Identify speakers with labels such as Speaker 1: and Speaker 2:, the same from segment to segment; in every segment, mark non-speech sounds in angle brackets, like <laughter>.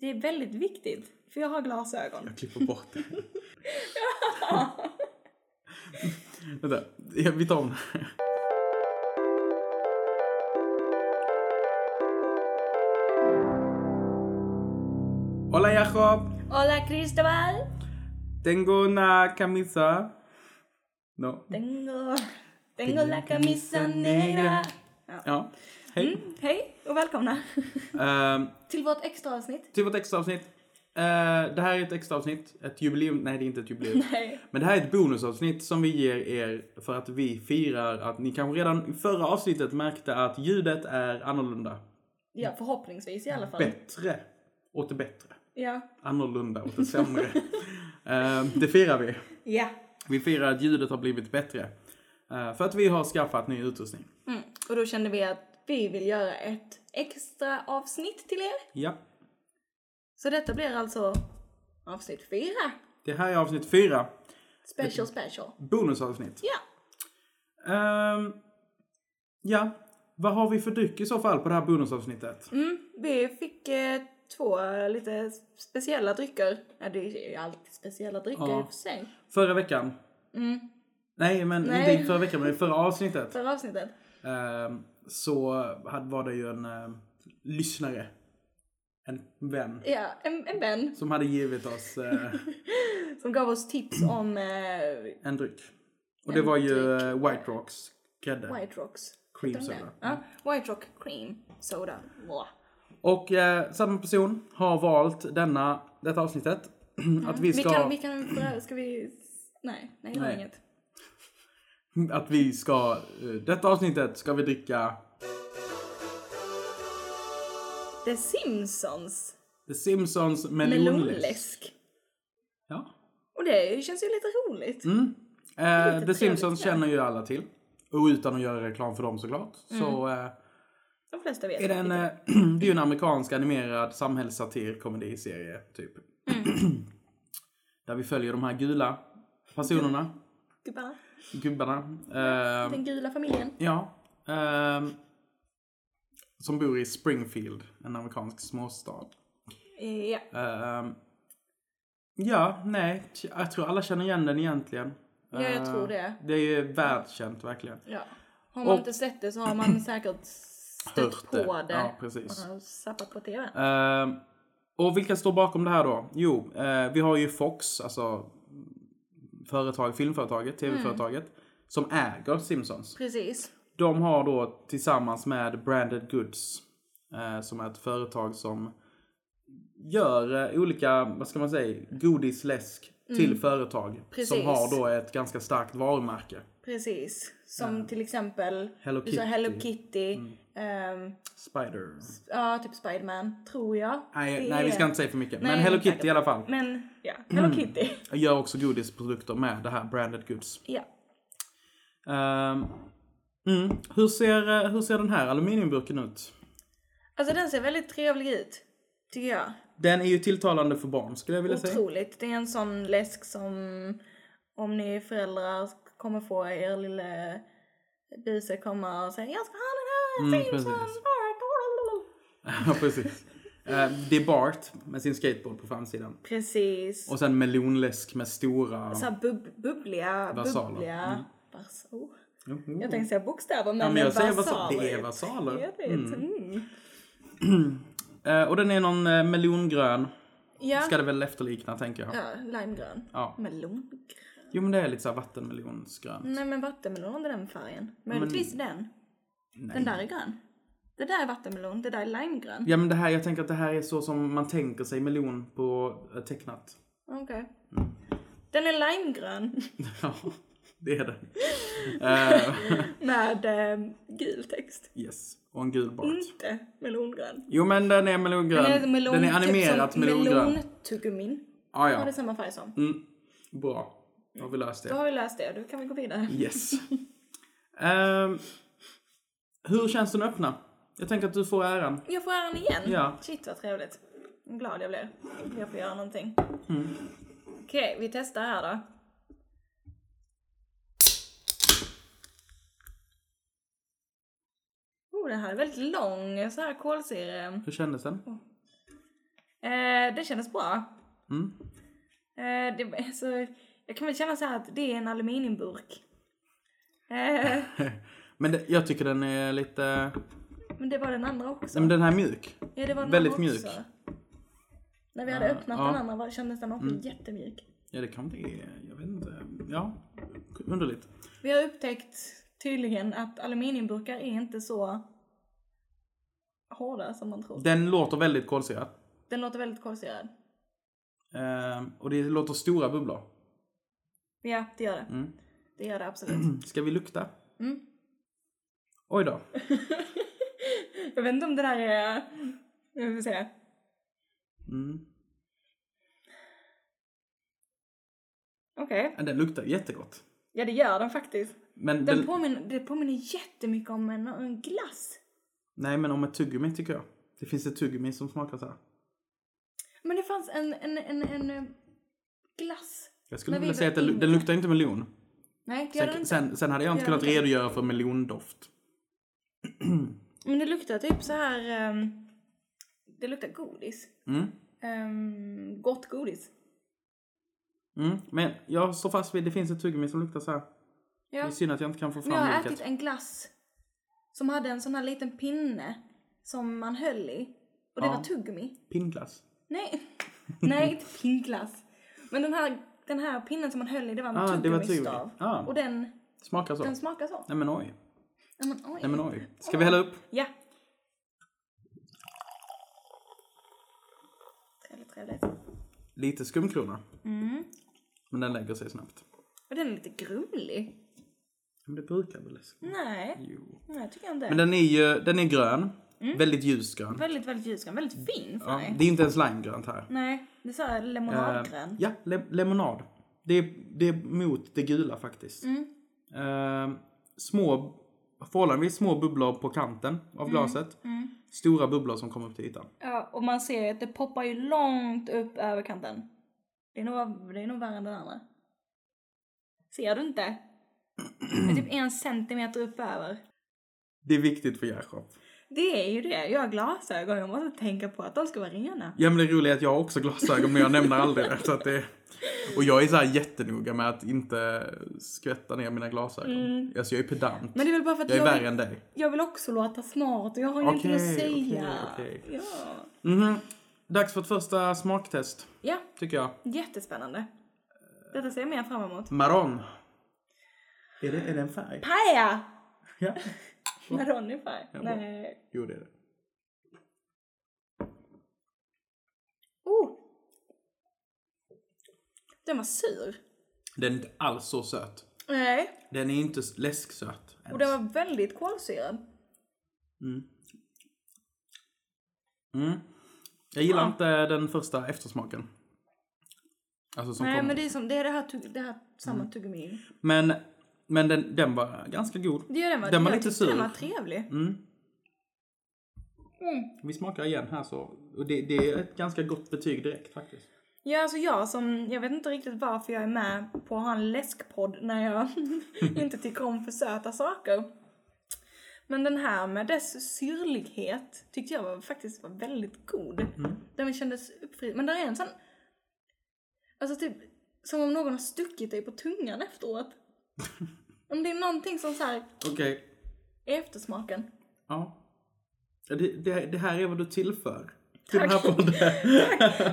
Speaker 1: Det är väldigt viktigt, för jag har glasögon.
Speaker 2: Jag klipper bort det. <laughs> Vänta, jag- vi tar om det här. Hola Jacob!
Speaker 1: Hola Cristobal!
Speaker 2: Tengo una camisa. No.
Speaker 1: Tengo, tengo la camisa negra.
Speaker 2: Ja. Hej.
Speaker 1: Mm, hej och välkomna
Speaker 2: Ehm,
Speaker 1: till vårt extra avsnitt.
Speaker 2: till vårt extraavsnitt. Eh, det här är ett extraavsnitt. Ett jubileum. Nej, det är inte ett jubileum.
Speaker 1: Nej.
Speaker 2: Men det här är ett bonusavsnitt som vi ger er för att vi firar att ni kanske redan i förra avsnittet märkte att ljudet är annorlunda.
Speaker 1: Ja, förhoppningsvis i alla fall.
Speaker 2: Bättre. Åt det bättre.
Speaker 1: Ja.
Speaker 2: Annorlunda åt det sämre.
Speaker 1: <laughs>
Speaker 2: Ehm, det firar vi.
Speaker 1: Ja.
Speaker 2: Vi firar att ljudet har blivit bättre. Eh, för att vi har skaffat ny utrustning.
Speaker 1: Mm. Och då kände vi att vi vill göra ett extra avsnitt till er.
Speaker 2: Ja.
Speaker 1: Så detta blir alltså avsnitt fyra.
Speaker 2: Det här är avsnitt fyra.
Speaker 1: Special special.
Speaker 2: Bonusavsnitt.
Speaker 1: Ja.
Speaker 2: Ehm, ja, vad har vi för dryck i så fall på det här bonusavsnittet?
Speaker 1: Mm, vi fick eh, två lite speciella drycker. Ja, det är ju alltid speciella drycker
Speaker 2: Ja.
Speaker 1: i och för sig.
Speaker 2: Förra veckan.
Speaker 1: Mm.
Speaker 2: Nej, men
Speaker 1: Nej.
Speaker 2: inte förra veckan, men i förra avsnittet.
Speaker 1: Förra avsnittet.
Speaker 2: ehm, så hade, var det ju en ehm, lyssnare. En vän.
Speaker 1: Ja, en, en vän
Speaker 2: Som hade givit oss eh,
Speaker 1: som gav oss tips om eh,
Speaker 2: en dryck. Och
Speaker 1: En
Speaker 2: det var ju
Speaker 1: dryck.
Speaker 2: eh, White Rocks grädde.
Speaker 1: White Rocks.
Speaker 2: Cream
Speaker 1: Den där.
Speaker 2: soda.
Speaker 1: Ja, White Rock Cream Soda. Bra.
Speaker 2: Och eh, samma person har valt denna, detta avsnittet. <clears throat> att vi
Speaker 1: Mm, Vi
Speaker 2: ska...
Speaker 1: kan, vi kan, förö- ska vi... Nej, nej, det var
Speaker 2: Nej.
Speaker 1: inget.
Speaker 2: Att vi ska, eh, detta avsnittet ska vi dricka
Speaker 1: The Simpsons
Speaker 2: The Simpsons melonläsk.
Speaker 1: melonläsk.
Speaker 2: Ja.
Speaker 1: Och det känns ju lite roligt.
Speaker 2: Mm. Eh, The
Speaker 1: trevligt,
Speaker 2: Simpsons
Speaker 1: ja.
Speaker 2: känner ju alla till. Och utan att göra reklam för dem såklart. Så
Speaker 1: Mm.
Speaker 2: eh,
Speaker 1: De flesta vet.
Speaker 2: är det en,
Speaker 1: lite.
Speaker 2: eh, <clears throat> det är ju en amerikansk animerad samhällssatir komediserie typ.
Speaker 1: Mm.
Speaker 2: <clears throat> Där vi följer de här gula personerna,
Speaker 1: Gubbarna.
Speaker 2: gubbarna. Eh,
Speaker 1: Den gula familjen.
Speaker 2: ja. ehm, som bor i Springfield, en amerikansk småstad.
Speaker 1: Eh, Ja.
Speaker 2: Ehm, ja, nej. t- Jag tror alla känner igen den egentligen.
Speaker 1: Ja, jag
Speaker 2: Eh,
Speaker 1: tror det.
Speaker 2: Det är ju världskänt verkligen.
Speaker 1: ja. Har man
Speaker 2: Och-
Speaker 1: inte sett det så har man
Speaker 2: <clears throat>
Speaker 1: säkert stött
Speaker 2: Hört det.
Speaker 1: Typ på det.
Speaker 2: Ja, precis.
Speaker 1: Man har zappat på TV.
Speaker 2: Ehm, och vilka står bakom det här då? Jo, eh, vi har ju Fox, alltså företag, filmföretaget,
Speaker 1: Mm.
Speaker 2: tv-företaget, som äger Simpsons.
Speaker 1: Precis.
Speaker 2: De har då tillsammans med Branded Goods, eh, som är ett företag som gör eh, olika, vad ska man säga, godisläsk till företag.
Speaker 1: Mm. Precis.
Speaker 2: Som har då ett ganska starkt varumärke.
Speaker 1: Precis. Som till exempel
Speaker 2: Hello
Speaker 1: du sa
Speaker 2: Kitty. Mm.
Speaker 1: Hello Kitty. ehm,
Speaker 2: Spider.
Speaker 1: ja, typ Spiderman, tror jag.
Speaker 2: Nej,
Speaker 1: Det
Speaker 2: nej, vi
Speaker 1: är-
Speaker 2: ska inte Mm. säga för mycket.
Speaker 1: Nej,
Speaker 2: men Hello
Speaker 1: inte
Speaker 2: Kitty i alla fall.
Speaker 1: Men ja, Hello Kitty. <laughs>
Speaker 2: Jag gör också godisprodukter med det här Branded Goods.
Speaker 1: Ja.
Speaker 2: Ehm, mm. hur, ser, eh, hur ser den här aluminiumburken ut?
Speaker 1: Alltså den ser väldigt trevlig ut. Tycker jag.
Speaker 2: Den är ju tilltalande för barn skulle jag vilja säga.
Speaker 1: Otroligt. Det är en sån läsk som om ni är föräldrar kommer få er lille buse komma och säga Jag ska ha den här
Speaker 2: Mm,
Speaker 1: Simpsons!
Speaker 2: precis.
Speaker 1: Bart."
Speaker 2: <laughs> Ja, precis. Eh, det är Bart med sin skateboard på framsidan.
Speaker 1: Precis.
Speaker 2: Och sen melonläsk med stora...
Speaker 1: Så här bub bubbliga,
Speaker 2: Vasaler.
Speaker 1: bubbliga.
Speaker 2: Mm.
Speaker 1: Vas- oh.
Speaker 2: Jo, jo.
Speaker 1: Jag tänkte säga bokstäver men,
Speaker 2: Mm. Ja, men jag säger
Speaker 1: vasaler.
Speaker 2: vasaler. Det är
Speaker 1: Jag
Speaker 2: vasaler.
Speaker 1: vet. Mm.
Speaker 2: Eh, och den är någon eh, melongrön.
Speaker 1: Ja.
Speaker 2: Ska det väl efterlikna tänker jag.
Speaker 1: ja, limegrön.
Speaker 2: Ja.
Speaker 1: Melon.
Speaker 2: Jo men det är lite såhär vattenmelonsgrön.
Speaker 1: Nej men vattenmelon har inte den färgen. Möjligtvis den. Den där är grön. Det där är vattenmelon, det där är limegrön.
Speaker 2: Ja men det här, jag tänker att det här är så som man tänker sig melon på eh, tecknat. <laughs>
Speaker 1: Okej.
Speaker 2: Mm.
Speaker 1: Den är limegrön <laughs>
Speaker 2: Ja, det är det. Eh,
Speaker 1: med eh, gul text.
Speaker 2: yes. Och en gul Bart.
Speaker 1: Inte melongrön.
Speaker 2: Jo men den är melongrön. Den är,
Speaker 1: melon- typ
Speaker 2: animerat
Speaker 1: som
Speaker 2: melongrön.
Speaker 1: Melontuggumin.
Speaker 2: Ah,
Speaker 1: Har
Speaker 2: ja,
Speaker 1: det samma färg som.
Speaker 2: mm. Bra. Då har vi löst
Speaker 1: Då
Speaker 2: det.
Speaker 1: har vi löst det, då kan vi gå vidare. <laughs>
Speaker 2: Yes. Ehm, hur känns den öppna? Jag tänker att du får äran.
Speaker 1: Jag får äran igen.
Speaker 2: Ja.
Speaker 1: Shit vad trevligt. Vad glad jag blir. Jag får göra någonting.
Speaker 2: Mm.
Speaker 1: Okej, vi testar här då. Oh, den här är väldigt lång så här kolsyre.
Speaker 2: Hur kändes den?
Speaker 1: Eh, det kändes bra.
Speaker 2: Mm.
Speaker 1: Eh, det, så, jag kan väl känna så här att det är en aluminiumburk. Eh,
Speaker 2: <laughs> Men det, jag tycker den är lite...
Speaker 1: men det var den andra också.
Speaker 2: Nej, men den här är mjuk.
Speaker 1: ja, det var den
Speaker 2: väldigt
Speaker 1: andra
Speaker 2: mjuk.
Speaker 1: Också. När vi hade
Speaker 2: Ja,
Speaker 1: öppnat
Speaker 2: ja. Mm.
Speaker 1: den andra var, kändes den också jättemjuk.
Speaker 2: Ja, det kan det är. Jag vet inte. Ja, underligt.
Speaker 1: Vi har upptäckt tydligen att aluminiumburkar är inte så hårda som man tror.
Speaker 2: Den låter väldigt kolsyrad.
Speaker 1: Den låter väldigt kolsyrad.
Speaker 2: Ehm, och det låter stora bubblor. Mm.
Speaker 1: Ja, det gör det. Det gör det absolut.
Speaker 2: <clears throat> Ska vi lukta?
Speaker 1: Mm.
Speaker 2: Oj då.
Speaker 1: Mm. Jag vet inte om det där är... Jag vill säga.
Speaker 2: Mm.
Speaker 1: Okej.
Speaker 2: Ja, Den luktar jättegott.
Speaker 1: Ja, det gör den faktiskt.
Speaker 2: Men
Speaker 1: Den
Speaker 2: den,
Speaker 1: Påminner, det påminner jättemycket om en, en glass.
Speaker 2: Nej, men om ett tuggummi tycker jag. Det finns ett tuggummi som smakar så här.
Speaker 1: Men det fanns en, en, en, en eh, glass.
Speaker 2: Jag skulle
Speaker 1: Men vi
Speaker 2: vilja säga att
Speaker 1: var
Speaker 2: den,
Speaker 1: inne.
Speaker 2: den luktar inte melon.
Speaker 1: Nej, det gör den
Speaker 2: Sen,
Speaker 1: inte.
Speaker 2: sen, sen hade jag inte
Speaker 1: Gör den
Speaker 2: kunnat
Speaker 1: inte.
Speaker 2: redogöra för melondoft.
Speaker 1: Men det luktar typ så här... ehm, det luktar godis.
Speaker 2: Mm.
Speaker 1: Um, gott godis.
Speaker 2: Mm. Men jag står fast vid det finns ett tuggummi som luktar så här.
Speaker 1: Ja.
Speaker 2: Det är synd att jag inte kan få
Speaker 1: Men jag
Speaker 2: fram
Speaker 1: har
Speaker 2: vilket.
Speaker 1: ätit en glass som hade en sån här liten pinne som man höll i. Och det
Speaker 2: Ja.
Speaker 1: var tuggummi.
Speaker 2: Pinnglass.
Speaker 1: Nej, <laughs> nej inte pinnglass. Men den här, den här pinnen som man höll i, det var en
Speaker 2: Ah, det var
Speaker 1: tuggummistav.
Speaker 2: tuggummi. Ah.
Speaker 1: Och den,
Speaker 2: Smakar så.
Speaker 1: den smakar så.
Speaker 2: Nej men oj.
Speaker 1: Nej men oj.
Speaker 2: Nej men oj. Ska vi hälla upp?
Speaker 1: Ja. Trevligt, trevligt.
Speaker 2: Lite skumkrona.
Speaker 1: Mm.
Speaker 2: Men den lägger sig snabbt.
Speaker 1: Och den är lite grumlig.
Speaker 2: Men det brukar väl läsk.
Speaker 1: Nej,
Speaker 2: Jo.
Speaker 1: nej tycker jag inte.
Speaker 2: Men den är ju, den är grön.
Speaker 1: Mm.
Speaker 2: Väldigt ljusgrön.
Speaker 1: Väldigt, väldigt ljusgrön. Väldigt fin för
Speaker 2: Ja,
Speaker 1: mig.
Speaker 2: det är inte ens limegrönt här.
Speaker 1: Nej, det är såhär lemonadgrön.
Speaker 2: Eh, ja, le- lemonad. Det är, det är mot det gula faktiskt.
Speaker 1: Mm.
Speaker 2: Eh, små, förhållandevis små bubblor på kanten av glaset.
Speaker 1: mm.
Speaker 2: Stora bubblor som kommer upp till ytan.
Speaker 1: Ja, och man ser ju att det poppar ju långt upp över kanten. Det är nog, det är nog värre än den andra. Ser du inte? Det är typ en centimeter upp över.
Speaker 2: Det är viktigt för Gershop.
Speaker 1: Det är ju det. Jag har glasögon. Jag måste tänka på att de ska vara rena.
Speaker 2: Ja men det roliga är att jag har också glasögon men jag nämner aldrig det. Så att det och jag är så här jättenoga med att inte skvätta ner mina glasögon. Alltså jag är pedant.
Speaker 1: Mm. Men det är väl bara för att
Speaker 2: jag är
Speaker 1: jag,
Speaker 2: värre
Speaker 1: vill,
Speaker 2: än dig.
Speaker 1: jag vill också låta smart och jag har ingenting att
Speaker 2: Okej, okej,
Speaker 1: säga.
Speaker 2: okej.
Speaker 1: Ja.
Speaker 2: Mhm. Dags för ett första smaktest,
Speaker 1: ja,
Speaker 2: tycker jag.
Speaker 1: jättespännande. Detta ser jag mer fram emot.
Speaker 2: Maron. Är det, är det en färg?
Speaker 1: Paja!
Speaker 2: Ja.
Speaker 1: Med Ronny-färg.
Speaker 2: Ja, bra.
Speaker 1: Nej.
Speaker 2: Jo, det är det.
Speaker 1: Oh! Den var sur.
Speaker 2: Den är inte alls så söt.
Speaker 1: Nej.
Speaker 2: Den är inte s- läsksöt. ens.
Speaker 1: Och den var väldigt kolsyrad.
Speaker 2: Mm. Jag gillar
Speaker 1: Ja.
Speaker 2: inte den första eftersmaken. Alltså som
Speaker 1: Nej
Speaker 2: kom.
Speaker 1: men
Speaker 2: Men,
Speaker 1: det är som, det är det här, tugg, det här samma tuggummi.
Speaker 2: men, den, den var ganska god.
Speaker 1: Det gör den va?
Speaker 2: Den var
Speaker 1: Jag
Speaker 2: lite
Speaker 1: tyckte Den
Speaker 2: sur.
Speaker 1: var trevlig.
Speaker 2: Mm.
Speaker 1: Mm.
Speaker 2: Vi smakar igen här så. Och det, det är ett ganska gott betyg direkt faktiskt.
Speaker 1: Ja alltså jag som, jag vet inte riktigt varför jag är med på att ha en läskpodd när jag <laughs> inte tycker om för söta saker. Men den här med dess syrlighet tyckte jag var, faktiskt var väldigt god.
Speaker 2: Mm.
Speaker 1: Den kändes uppfri. Men där är en sån, alltså typ som om någon har stuckit dig på tungan
Speaker 2: <laughs>
Speaker 1: efteråt. om det är någonting som så här
Speaker 2: Okej.
Speaker 1: är eftersmaken.
Speaker 2: Ja. Ja, Det, det, det här är vad du tillför. Till den här
Speaker 1: Tack.
Speaker 2: podden.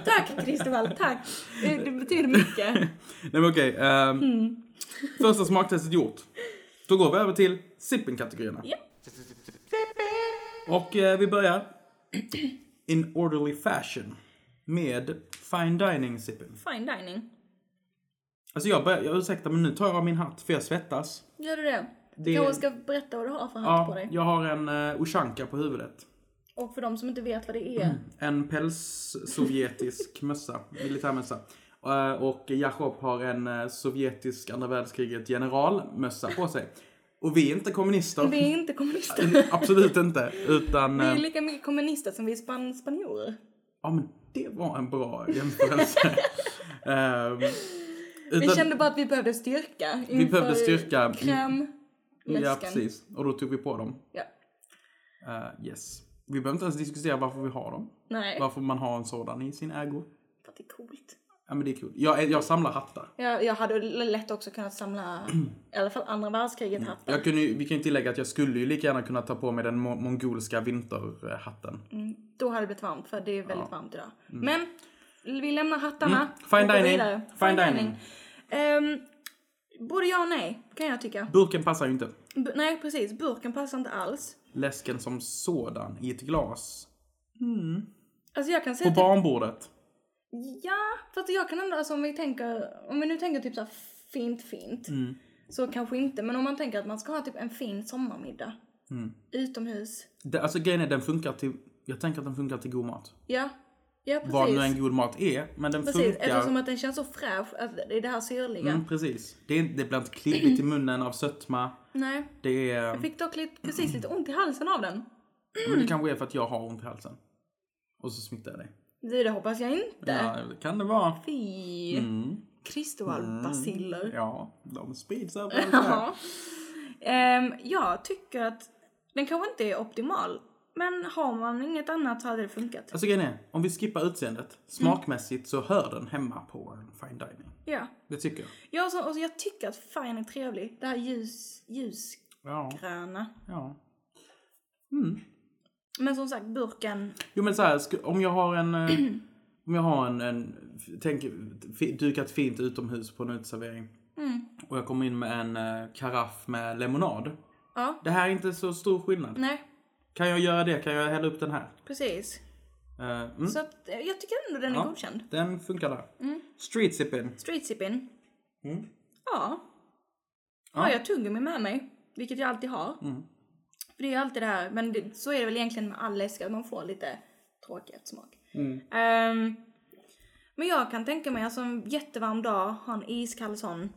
Speaker 1: Tack Kristoffer, tack. Det, det betyder
Speaker 2: <laughs>
Speaker 1: mycket.
Speaker 2: Nej men okej. ehm,
Speaker 1: Mm.
Speaker 2: första smaktestet gjort. Då går vi över till sippen-kategorierna.
Speaker 1: Ja.
Speaker 2: Och eh, vi börjar in orderly fashion med fine dining sippen.
Speaker 1: Fine dining.
Speaker 2: Alltså jag börjar, jag ursäktar men nu tar jag av min hatt för jag svettas.
Speaker 1: Gör du det?
Speaker 2: Det-
Speaker 1: Du kanske ska berätta vad du har för hatt på
Speaker 2: Ja,
Speaker 1: dig.
Speaker 2: jag har en uh, ushanka på huvudet.
Speaker 1: Och för de som inte vet vad det är.
Speaker 2: En päls-sovjetisk <laughs> mössa, militärmössa. Eh, Och Jakob har en eh, sovjetisk andra världskriget generalmössa på sig. Och vi är inte kommunister.
Speaker 1: Vi är inte kommunister.
Speaker 2: <laughs> Absolut inte. Utan...
Speaker 1: Vi är
Speaker 2: eh,
Speaker 1: lika mycket kommunister som vi är span spanjorer.
Speaker 2: Ja men det var en bra jämförelse. Ehm,
Speaker 1: Vi
Speaker 2: utan-
Speaker 1: kände bara att vi behövde styrka. inför
Speaker 2: behövde styrka. Mm.
Speaker 1: Kräm,
Speaker 2: Ja
Speaker 1: läsken.
Speaker 2: precis. Och då tog vi på dem.
Speaker 1: Ja.
Speaker 2: Eh, yes. Vi behöver inte ens diskutera varför vi har dem.
Speaker 1: Nej,
Speaker 2: Varför man har en sådan i sin ägo.
Speaker 1: för att det är coolt.
Speaker 2: Ja men det är kul. Jag, jag samlar hattar.
Speaker 1: Jag, jag hade l- lätt också kunnat samla i alla fall andra
Speaker 2: Mm.
Speaker 1: världskriget hattar.
Speaker 2: Jag kunde, ju- vi kan ju tillägga att jag skulle ju lika gärna kunna ta på mig den mo- mongolska vinterhatten.
Speaker 1: Mm. Då hade det blivit varmt för det är väldigt varmt idag. Men vi lämnar hattarna.
Speaker 2: Mm.
Speaker 1: och
Speaker 2: Fine
Speaker 1: går
Speaker 2: dining.
Speaker 1: vidare.
Speaker 2: Fine dining.
Speaker 1: Ehm, både ja och nej kan jag tycka.
Speaker 2: Burken passar ju inte.
Speaker 1: B- nej precis, burken passar inte alls.
Speaker 2: Läsken som sådan i ett glas.
Speaker 1: Alltså jag kan
Speaker 2: På
Speaker 1: säga typ,
Speaker 2: barnbordet.
Speaker 1: ja, för att jag kan ändå, alltså om vi tänker, om vi nu tänker typ så här fint fint.
Speaker 2: Mm.
Speaker 1: Så kanske inte, men om man tänker att man ska ha typ en fin sommarmiddag.
Speaker 2: Mm.
Speaker 1: Utomhus.
Speaker 2: Det, alltså grejen är den funkar till, jag tänker att den funkar till god mat.
Speaker 1: Ja, ja precis.
Speaker 2: Vad nu en god mat är, men den
Speaker 1: Precis,
Speaker 2: funkar.
Speaker 1: eftersom att den känns så fräsch att det är det här syrliga.
Speaker 2: Mm, precis. Det, är, det blir inte klibbigt i munnen av sötma.
Speaker 1: Nej.
Speaker 2: Det är...
Speaker 1: Jag fick dock lite, precis lite ont i halsen av den.
Speaker 2: Men det kanske är för att jag har ont i halsen. Och så smittar jag dig.
Speaker 1: Det, det hoppas jag inte.
Speaker 2: Ja, det kan det vara.
Speaker 1: Fy.
Speaker 2: Mm.
Speaker 1: Kristoalbaciller.
Speaker 2: Ja, de sprids överallt här.
Speaker 1: Ja. Ehm, jag tycker att den kanske inte är optimal. Men har man inget annat så hade det funkat.
Speaker 2: Alltså grejen är, om vi skippar utseendet, smakmässigt så hör den hemma på en fine dining.
Speaker 1: Ja.
Speaker 2: Det tycker jag.
Speaker 1: Jag, så, och så jag tycker att färgen är trevlig. Det här ljus, ljusgröna.
Speaker 2: Ja. ja.
Speaker 1: Men som sagt, burken.
Speaker 2: Jo men så här, sku- om jag har en... eh, om jag har en, en tänk, fi- dukat fint utomhus på en uteservering. Och jag kommer in med en eh, karaff med lemonad.
Speaker 1: Ja.
Speaker 2: Det här är inte så stor skillnad.
Speaker 1: Nej,
Speaker 2: Kan jag göra det? Kan jag hälla upp den här?
Speaker 1: precis.
Speaker 2: Eh, mm.
Speaker 1: Så att, eh, jag tycker ändå den är
Speaker 2: Ja.
Speaker 1: godkänd.
Speaker 2: Den funkar där. Street sipping.
Speaker 1: Street sipping.
Speaker 2: Mm.
Speaker 1: Ja. Har jag tuggummi med mig, vilket jag alltid har.
Speaker 2: Mm.
Speaker 1: För det är ju alltid det här, men det, så är det väl egentligen med all läsk, att man får lite tråkig eftersmak.
Speaker 2: Mm.
Speaker 1: Ehm, men jag kan tänka mig, alltså en jättevarm dag, ha en iskall sån.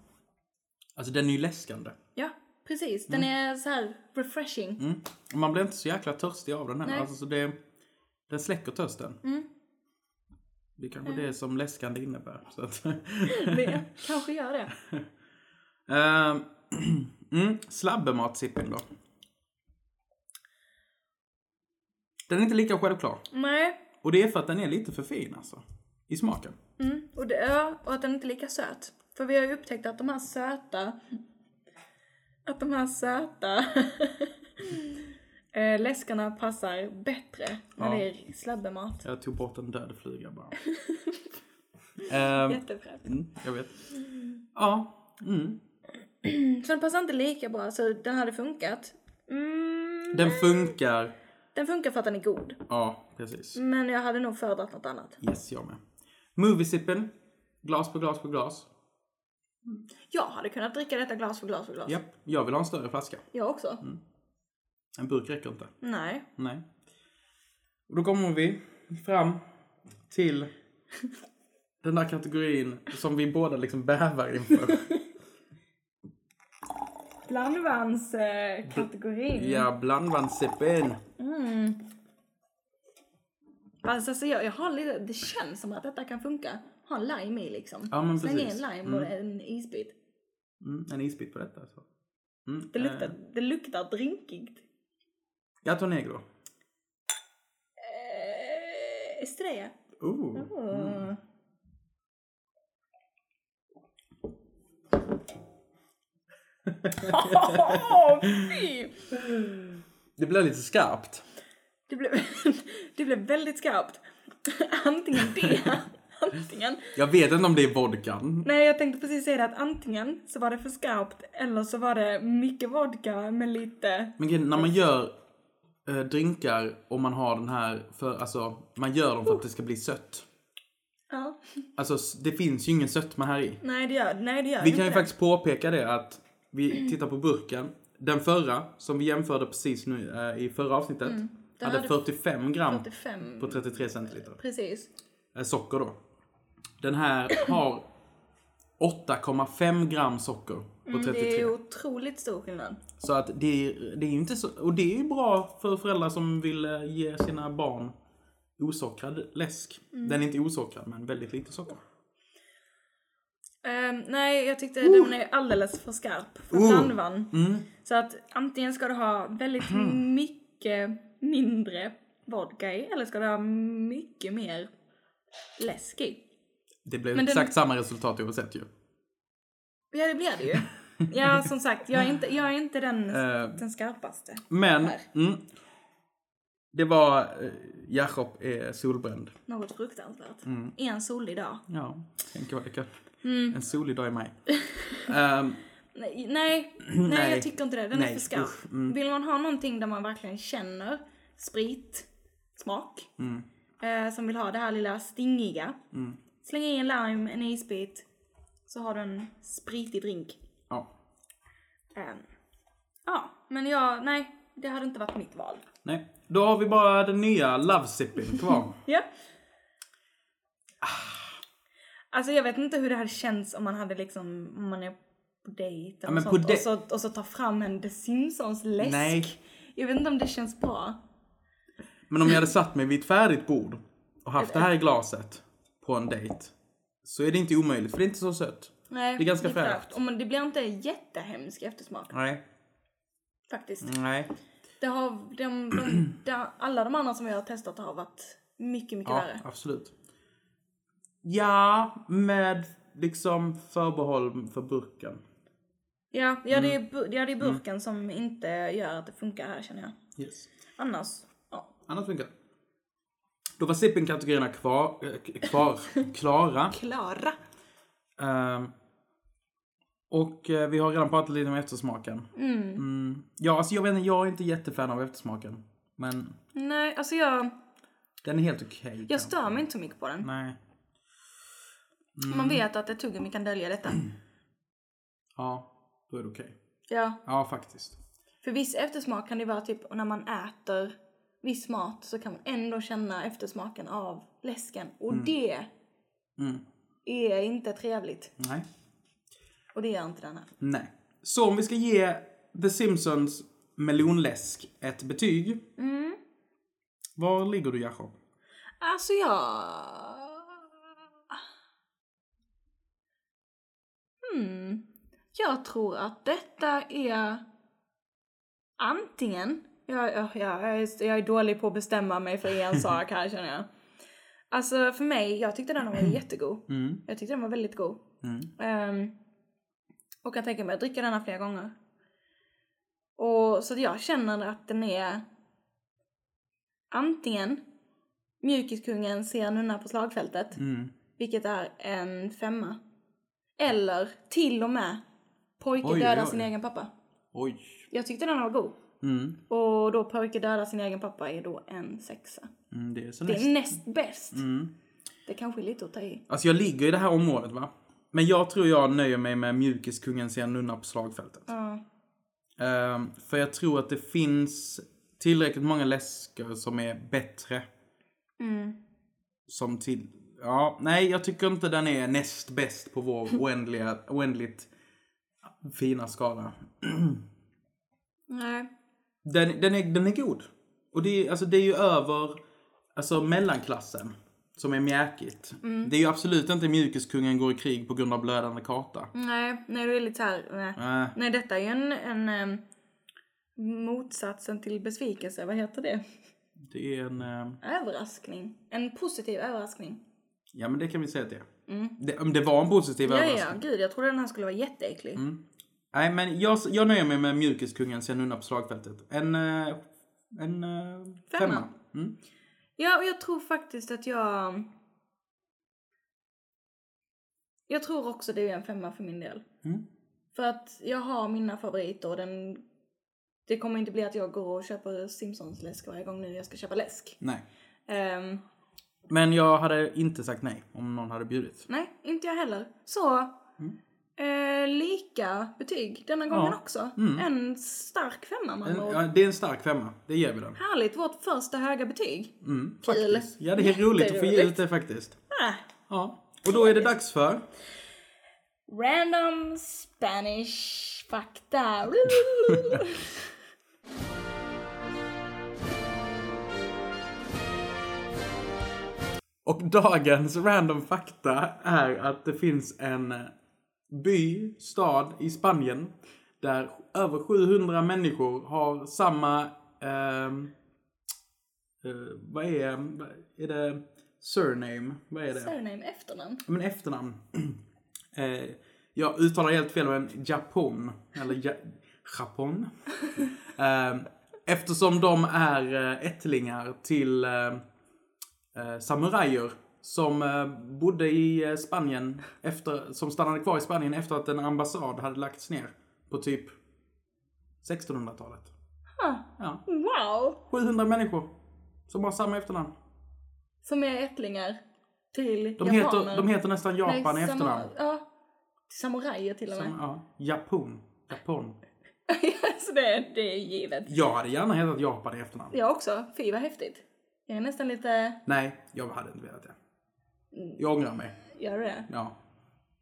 Speaker 2: Alltså den är ju läskande.
Speaker 1: Ja, precis. Den är så här refreshing.
Speaker 2: Mm. Och Man blir inte så jäkla törstig av den
Speaker 1: Nej.
Speaker 2: här. Alltså, så det, den släcker törsten. Det är kanske det som läskande innebär. Så att,
Speaker 1: Det kanske gör det.
Speaker 2: Ehm, <clears throat> mm. Slabbemat-sipping då. Den är inte lika självklar.
Speaker 1: Nej.
Speaker 2: Och det är för att den är lite för fin alltså. I smaken.
Speaker 1: Mm. Och, det, ja, och att den inte är lika söt. För vi har ju upptäckt att de här söta... Att de här söta eh, läskarna passar bättre när
Speaker 2: Ja.
Speaker 1: det är slabbemat.
Speaker 2: Jag tog bort en död fluga bara. Ehm,
Speaker 1: Jättefräscht.
Speaker 2: mm, jag vet. Ja. Mm.
Speaker 1: Så den passar inte lika bra, så den hade funkat. Mm,
Speaker 2: Den funkar.
Speaker 1: den funkar för att den är god.
Speaker 2: Ja, precis.
Speaker 1: Men jag hade nog föredragit något annat.
Speaker 2: Yes, jag med. Moviesippen. Glas på glas på glas.
Speaker 1: Jag hade kunnat dricka detta glas för glas för glas.
Speaker 2: Japp, jag vill ha en större flaska.
Speaker 1: Jag också.
Speaker 2: Mm. En burk räcker inte.
Speaker 1: Nej.
Speaker 2: Nej. Och då kommer vi fram till den där kategorin som vi båda liksom bävar inför.
Speaker 1: Blandvanskategorin.
Speaker 2: Ja, blandvansippen.
Speaker 1: Mm. Alltså, så jag, jag har lite, det känns som att detta kan funka. Ha en lime i liksom.
Speaker 2: Ja, men
Speaker 1: Släng
Speaker 2: precis.
Speaker 1: in lime och en isbit.
Speaker 2: Mm, en isbit på detta alltså. Mm,
Speaker 1: Det luktar,
Speaker 2: Eh,
Speaker 1: det luktar drinkigt.
Speaker 2: Gato negro.
Speaker 1: Eh, Estrella.
Speaker 2: Ooh.
Speaker 1: Mm.
Speaker 2: Mm.
Speaker 1: <laughs> Fy!
Speaker 2: Det blir lite skarpt.
Speaker 1: Det blev, <laughs> det blev väldigt skarpt. Antingen
Speaker 2: <laughs>
Speaker 1: det, antingen.
Speaker 2: Jag vet inte om det är vodkan.
Speaker 1: Nej, jag tänkte precis säga det att antingen så var det för skarpt eller så var det mycket vodka med lite...
Speaker 2: Men grejen, när man gör eh, drinkar och man har den här för, alltså, man gör dem för att det ska bli sött.
Speaker 1: Ja.
Speaker 2: Alltså, s- det finns ju ingen sötma här i.
Speaker 1: Nej, det gör, nej, det gör
Speaker 2: Vi
Speaker 1: inte
Speaker 2: kan ju
Speaker 1: det.
Speaker 2: faktiskt påpeka det att vi tittar på burken. Den förra, som vi jämförde precis nu eh, i förra avsnittet,
Speaker 1: Mm. Den hade
Speaker 2: hade 45 gram
Speaker 1: 45...
Speaker 2: på 33 centiliter.
Speaker 1: Precis.
Speaker 2: Eh, socker då. Den här har 8,5 gram socker på 33.
Speaker 1: Mm, Det är ju otroligt stor skillnad.
Speaker 2: Så att det är, det är ju inte så, och det är ju bra för föräldrar som vill eh, ge sina barn osockrad läsk.
Speaker 1: Mm.
Speaker 2: Den är inte osockrad men väldigt lite socker.
Speaker 1: Ehm, nej, jag tyckte den är alldeles för skarp för
Speaker 2: Oh.
Speaker 1: blandvann. Så att antingen ska du ha väldigt mycket mindre vodka i eller ska du ha mycket mer läsk i?
Speaker 2: Det blev
Speaker 1: Men den-
Speaker 2: exakt samma resultat oavsett ju.
Speaker 1: Ja, det blir det
Speaker 2: <laughs>
Speaker 1: ju. Ja, som sagt, jag är inte, jag är inte den,
Speaker 2: Eh.
Speaker 1: den skarpaste.
Speaker 2: Men,
Speaker 1: Här.
Speaker 2: mm, det var, eh, Jakob är solbränd.
Speaker 1: Något fruktansvärt.
Speaker 2: Mm.
Speaker 1: En solig dag.
Speaker 2: Ja, tänk vad det kan. En solig dag i maj. <laughs> Ehm,
Speaker 1: Nej,
Speaker 2: <clears throat>
Speaker 1: nej, nej
Speaker 2: Nej.
Speaker 1: jag tycker inte det. Den är
Speaker 2: Nej,
Speaker 1: för skarp.
Speaker 2: usch, mm.
Speaker 1: Vill man ha någonting där man verkligen känner sprit, smak,
Speaker 2: Mm.
Speaker 1: eh, som vill ha det här lilla stingiga. Släng i en lime, en isbit, så har du en spritig drink.
Speaker 2: ja,
Speaker 1: Eh, ja, men jag, nej, det hade inte varit mitt val.
Speaker 2: nej. Då har vi bara den nya Love Sipping kvar.
Speaker 1: Ja. Ah. Alltså jag vet inte hur det hade känts om man hade liksom, om man är på dejt och,
Speaker 2: men på
Speaker 1: sånt,
Speaker 2: dej-
Speaker 1: och, så, och så tar fram en The Simpsons läsk.
Speaker 2: Nej.
Speaker 1: Jag vet inte om det känns bra.
Speaker 2: Men om jag hade satt mig vid ett färdigt bord och haft det här i glaset på en dejt så är det inte omöjligt, för det är inte så sött.
Speaker 1: Nej,
Speaker 2: Det är ganska fräscht.
Speaker 1: Och man, det blir inte jättehemsk eftersmak
Speaker 2: Nej,
Speaker 1: faktiskt.
Speaker 2: nej.
Speaker 1: Det har, de, de,
Speaker 2: <clears throat>
Speaker 1: de, alla de andra som jag har testat har varit mycket, mycket
Speaker 2: Ja,
Speaker 1: värre.
Speaker 2: absolut. Ja, med liksom förbehåll för burken.
Speaker 1: Ja, ja, det, är,
Speaker 2: Mm.
Speaker 1: bu- ja det är burken som inte gör att det funkar här känner jag.
Speaker 2: Yes.
Speaker 1: Annars, ja.
Speaker 2: Annars funkar det. Då var sipping-kategorierna kvar, eh, k-
Speaker 1: <laughs>
Speaker 2: kvar, klara.
Speaker 1: Klara.
Speaker 2: Ehm, och eh, vi har redan pratat lite om eftersmaken. Mm. Ja, alltså jag vet inte, jag är inte jättefan av eftersmaken. Men
Speaker 1: Nej, alltså jag,
Speaker 2: den är helt okej.
Speaker 1: jag
Speaker 2: kanske.
Speaker 1: stör mig inte så mycket på den.
Speaker 2: Nej.
Speaker 1: Man vet att ett tuggummi kan dölja detta.
Speaker 2: Ja, då är det okej.
Speaker 1: Ja,
Speaker 2: Ja, faktiskt.
Speaker 1: för viss eftersmak kan det vara typ när man äter viss mat så kan man ändå känna eftersmaken av läsken. Och det
Speaker 2: Mm.
Speaker 1: är inte trevligt.
Speaker 2: Nej.
Speaker 1: Och det gör inte den här.
Speaker 2: Nej. Så om vi ska ge The Simpsons melonläsk ett betyg.
Speaker 1: Mm.
Speaker 2: Var ligger du Jakob?
Speaker 1: Alltså jag... Hmm. Jag tror att detta är antingen... Jag, jag, jag, jag, är, jag är dålig på att bestämma mig för en sak här känner jag. Alltså för mig, jag tyckte den var jättegod.
Speaker 2: Mm.
Speaker 1: Jag tyckte den var väldigt god.
Speaker 2: Mm.
Speaker 1: Ehm, och jag tänker mig att dricka denna flera gånger. Och så att jag känner att den är antingen Mjukiskungen ser nunna på slagfältet,
Speaker 2: Mm.
Speaker 1: vilket är en femma. Eller till och med Pojke
Speaker 2: Oj,
Speaker 1: dödar
Speaker 2: oj.
Speaker 1: sin egen pappa.
Speaker 2: Oj.
Speaker 1: Jag tyckte den var god.
Speaker 2: Mm.
Speaker 1: Och då Pojke dödar sin egen pappa är då en sexa.
Speaker 2: Mm, det är så
Speaker 1: Det
Speaker 2: nice.
Speaker 1: är näst bäst.
Speaker 2: Mm.
Speaker 1: Det kanske är lite att ta i.
Speaker 2: Alltså jag ligger i det här området va? Men jag tror jag nöjer mig med mjukiskungen ser en nunna på slagfältet.
Speaker 1: Ja.
Speaker 2: Ehm, för jag tror att det finns tillräckligt många läskor som är bättre.
Speaker 1: Mm.
Speaker 2: Som till... Ja, nej jag tycker inte den är näst bäst på vår oändliga, oändligt fina skala.
Speaker 1: Nej.
Speaker 2: Den, den, är, den är god. Och det är, alltså, det är ju över alltså, mellanklassen som är mjäkigt. Det är ju absolut inte mjukiskungen går i krig på grund av blödande karta.
Speaker 1: Nej, nej du är lite så här. Nej.
Speaker 2: Äh,
Speaker 1: Nej, detta är ju en, en em, motsatsen till besvikelse. Vad heter det?
Speaker 2: det är en... eh,
Speaker 1: Överraskning. En positiv överraskning.
Speaker 2: Ja, men det kan vi säga att det är. Det, om det var en positiv
Speaker 1: Mm. Ja, ja,
Speaker 2: överraskning. Mm.
Speaker 1: gud. Jag trodde den här skulle vara jätteäcklig.
Speaker 2: Nej, men jag, jag nöjer mig med mjukiskungen sen undan på slagfältet. En... eh, En... eh,
Speaker 1: Femma.
Speaker 2: femma. Mm.
Speaker 1: Ja, och jag tror faktiskt att jag... Jag tror också det är en femma för min del.
Speaker 2: Mm.
Speaker 1: För att jag har mina favoriter och den... Det kommer inte bli att jag går och köper Simpsons läsk varje gång nu jag ska köpa läsk.
Speaker 2: Nej.
Speaker 1: Ehm,
Speaker 2: Men jag hade inte sagt nej om någon hade bjudit.
Speaker 1: Nej, inte jag heller. Så,
Speaker 2: Mm.
Speaker 1: eh, lika betyg denna gången också. En stark femma man
Speaker 2: En,
Speaker 1: andra ord.
Speaker 2: Mm. ja, det är en stark femma. Det ger vi den.
Speaker 1: Härligt, vårt första höga betyg.
Speaker 2: Mm,
Speaker 1: Kul.
Speaker 2: faktiskt. Ja, det är roligt att få ge
Speaker 1: Jätteroligt.
Speaker 2: ut det faktiskt.
Speaker 1: Ah,
Speaker 2: Ja. Och då är det dags för...
Speaker 1: random Spanish
Speaker 2: <laughs>
Speaker 1: fakta.
Speaker 2: Och dagens random fakta är att det finns en by, stad i Spanien där över 700 människor har samma ehm, Eh, vad är, vad- är det surname? Vad är det?
Speaker 1: Surname, efternamn.
Speaker 2: Ja, Men efternamn. <clears throat> eh, jag uttalar helt fel men Japon. Eller ja, Japon. eh, eftersom de är eh, ättlingar till eh, eh, samurajer. Som eh, bodde i eh, Spanien. Efter, som stannade kvar i Spanien efter att en ambassad hade lagts ner. På typ 1600-talet.
Speaker 1: Huh.
Speaker 2: Ja.
Speaker 1: Wow!
Speaker 2: 700 människor. Som har samma efternamn.
Speaker 1: Som är ättlingar till
Speaker 2: De,
Speaker 1: japaner.
Speaker 2: heter, de heter nästan Japan i
Speaker 1: samu-
Speaker 2: efternamn.
Speaker 1: Ja. Till samurajer till och med. <laughs>
Speaker 2: Sam, ja, Japon. Japon.
Speaker 1: så det, det är givet.
Speaker 2: Jag hade gärna hetat Japan i efternamn.
Speaker 1: Jag också. Fy vad häftigt. Jag är nästan lite...
Speaker 2: Nej, jag hade inte velat det. Jag ångrar mig.
Speaker 1: Gör du det?
Speaker 2: Ja.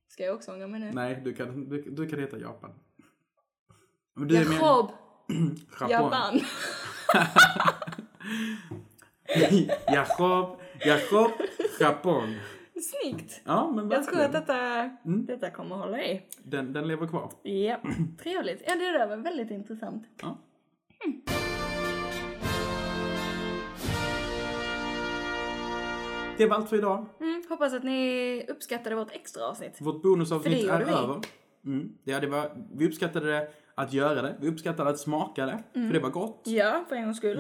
Speaker 1: Ska jag också ångra mig nu?
Speaker 2: Nej, du kan, du, du kan heta Japan. Men du är mer-
Speaker 1: Jakob
Speaker 2: Japan.
Speaker 1: Jaban.
Speaker 2: <laughs> Jakob. Jakob. Japan.
Speaker 1: <laughs> Snyggt.
Speaker 2: Ja, men
Speaker 1: Jag tror
Speaker 2: verkligen.
Speaker 1: att detta,
Speaker 2: Mm.
Speaker 1: detta kommer hålla i.
Speaker 2: Den, den lever kvar. <clears throat>
Speaker 1: Ja, trevligt. Ja, det där var väldigt intressant.
Speaker 2: Ja. Det var allt för idag.
Speaker 1: Mm, hoppas att ni uppskattade vårt extra avsnitt.
Speaker 2: Vårt bonusavsnitt
Speaker 1: För det
Speaker 2: är
Speaker 1: gjorde vi.
Speaker 2: över. Mm. Ja, det var, vi uppskattade det att göra det. Vi uppskattade att smaka det, för det var gott.
Speaker 1: Ja, för en gångs skull.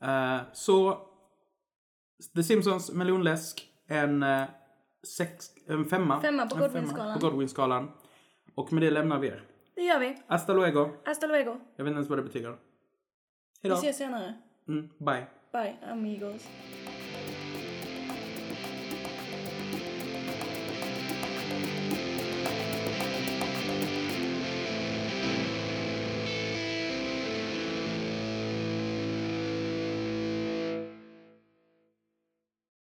Speaker 2: Mm. Eh, så The Simpsons melonläsk, en, eh, sex, en femma.
Speaker 1: Femma på
Speaker 2: En
Speaker 1: Godwinskalan.
Speaker 2: på Godwinskalan. Och med det lämnar vi er.
Speaker 1: Det gör vi.
Speaker 2: Hasta luego.
Speaker 1: Hasta luego.
Speaker 2: Jag vet inte ens vad det betyder.
Speaker 1: Vi
Speaker 2: Hejdå.
Speaker 1: ses senare.
Speaker 2: Mm, bye.
Speaker 1: Bye, amigos.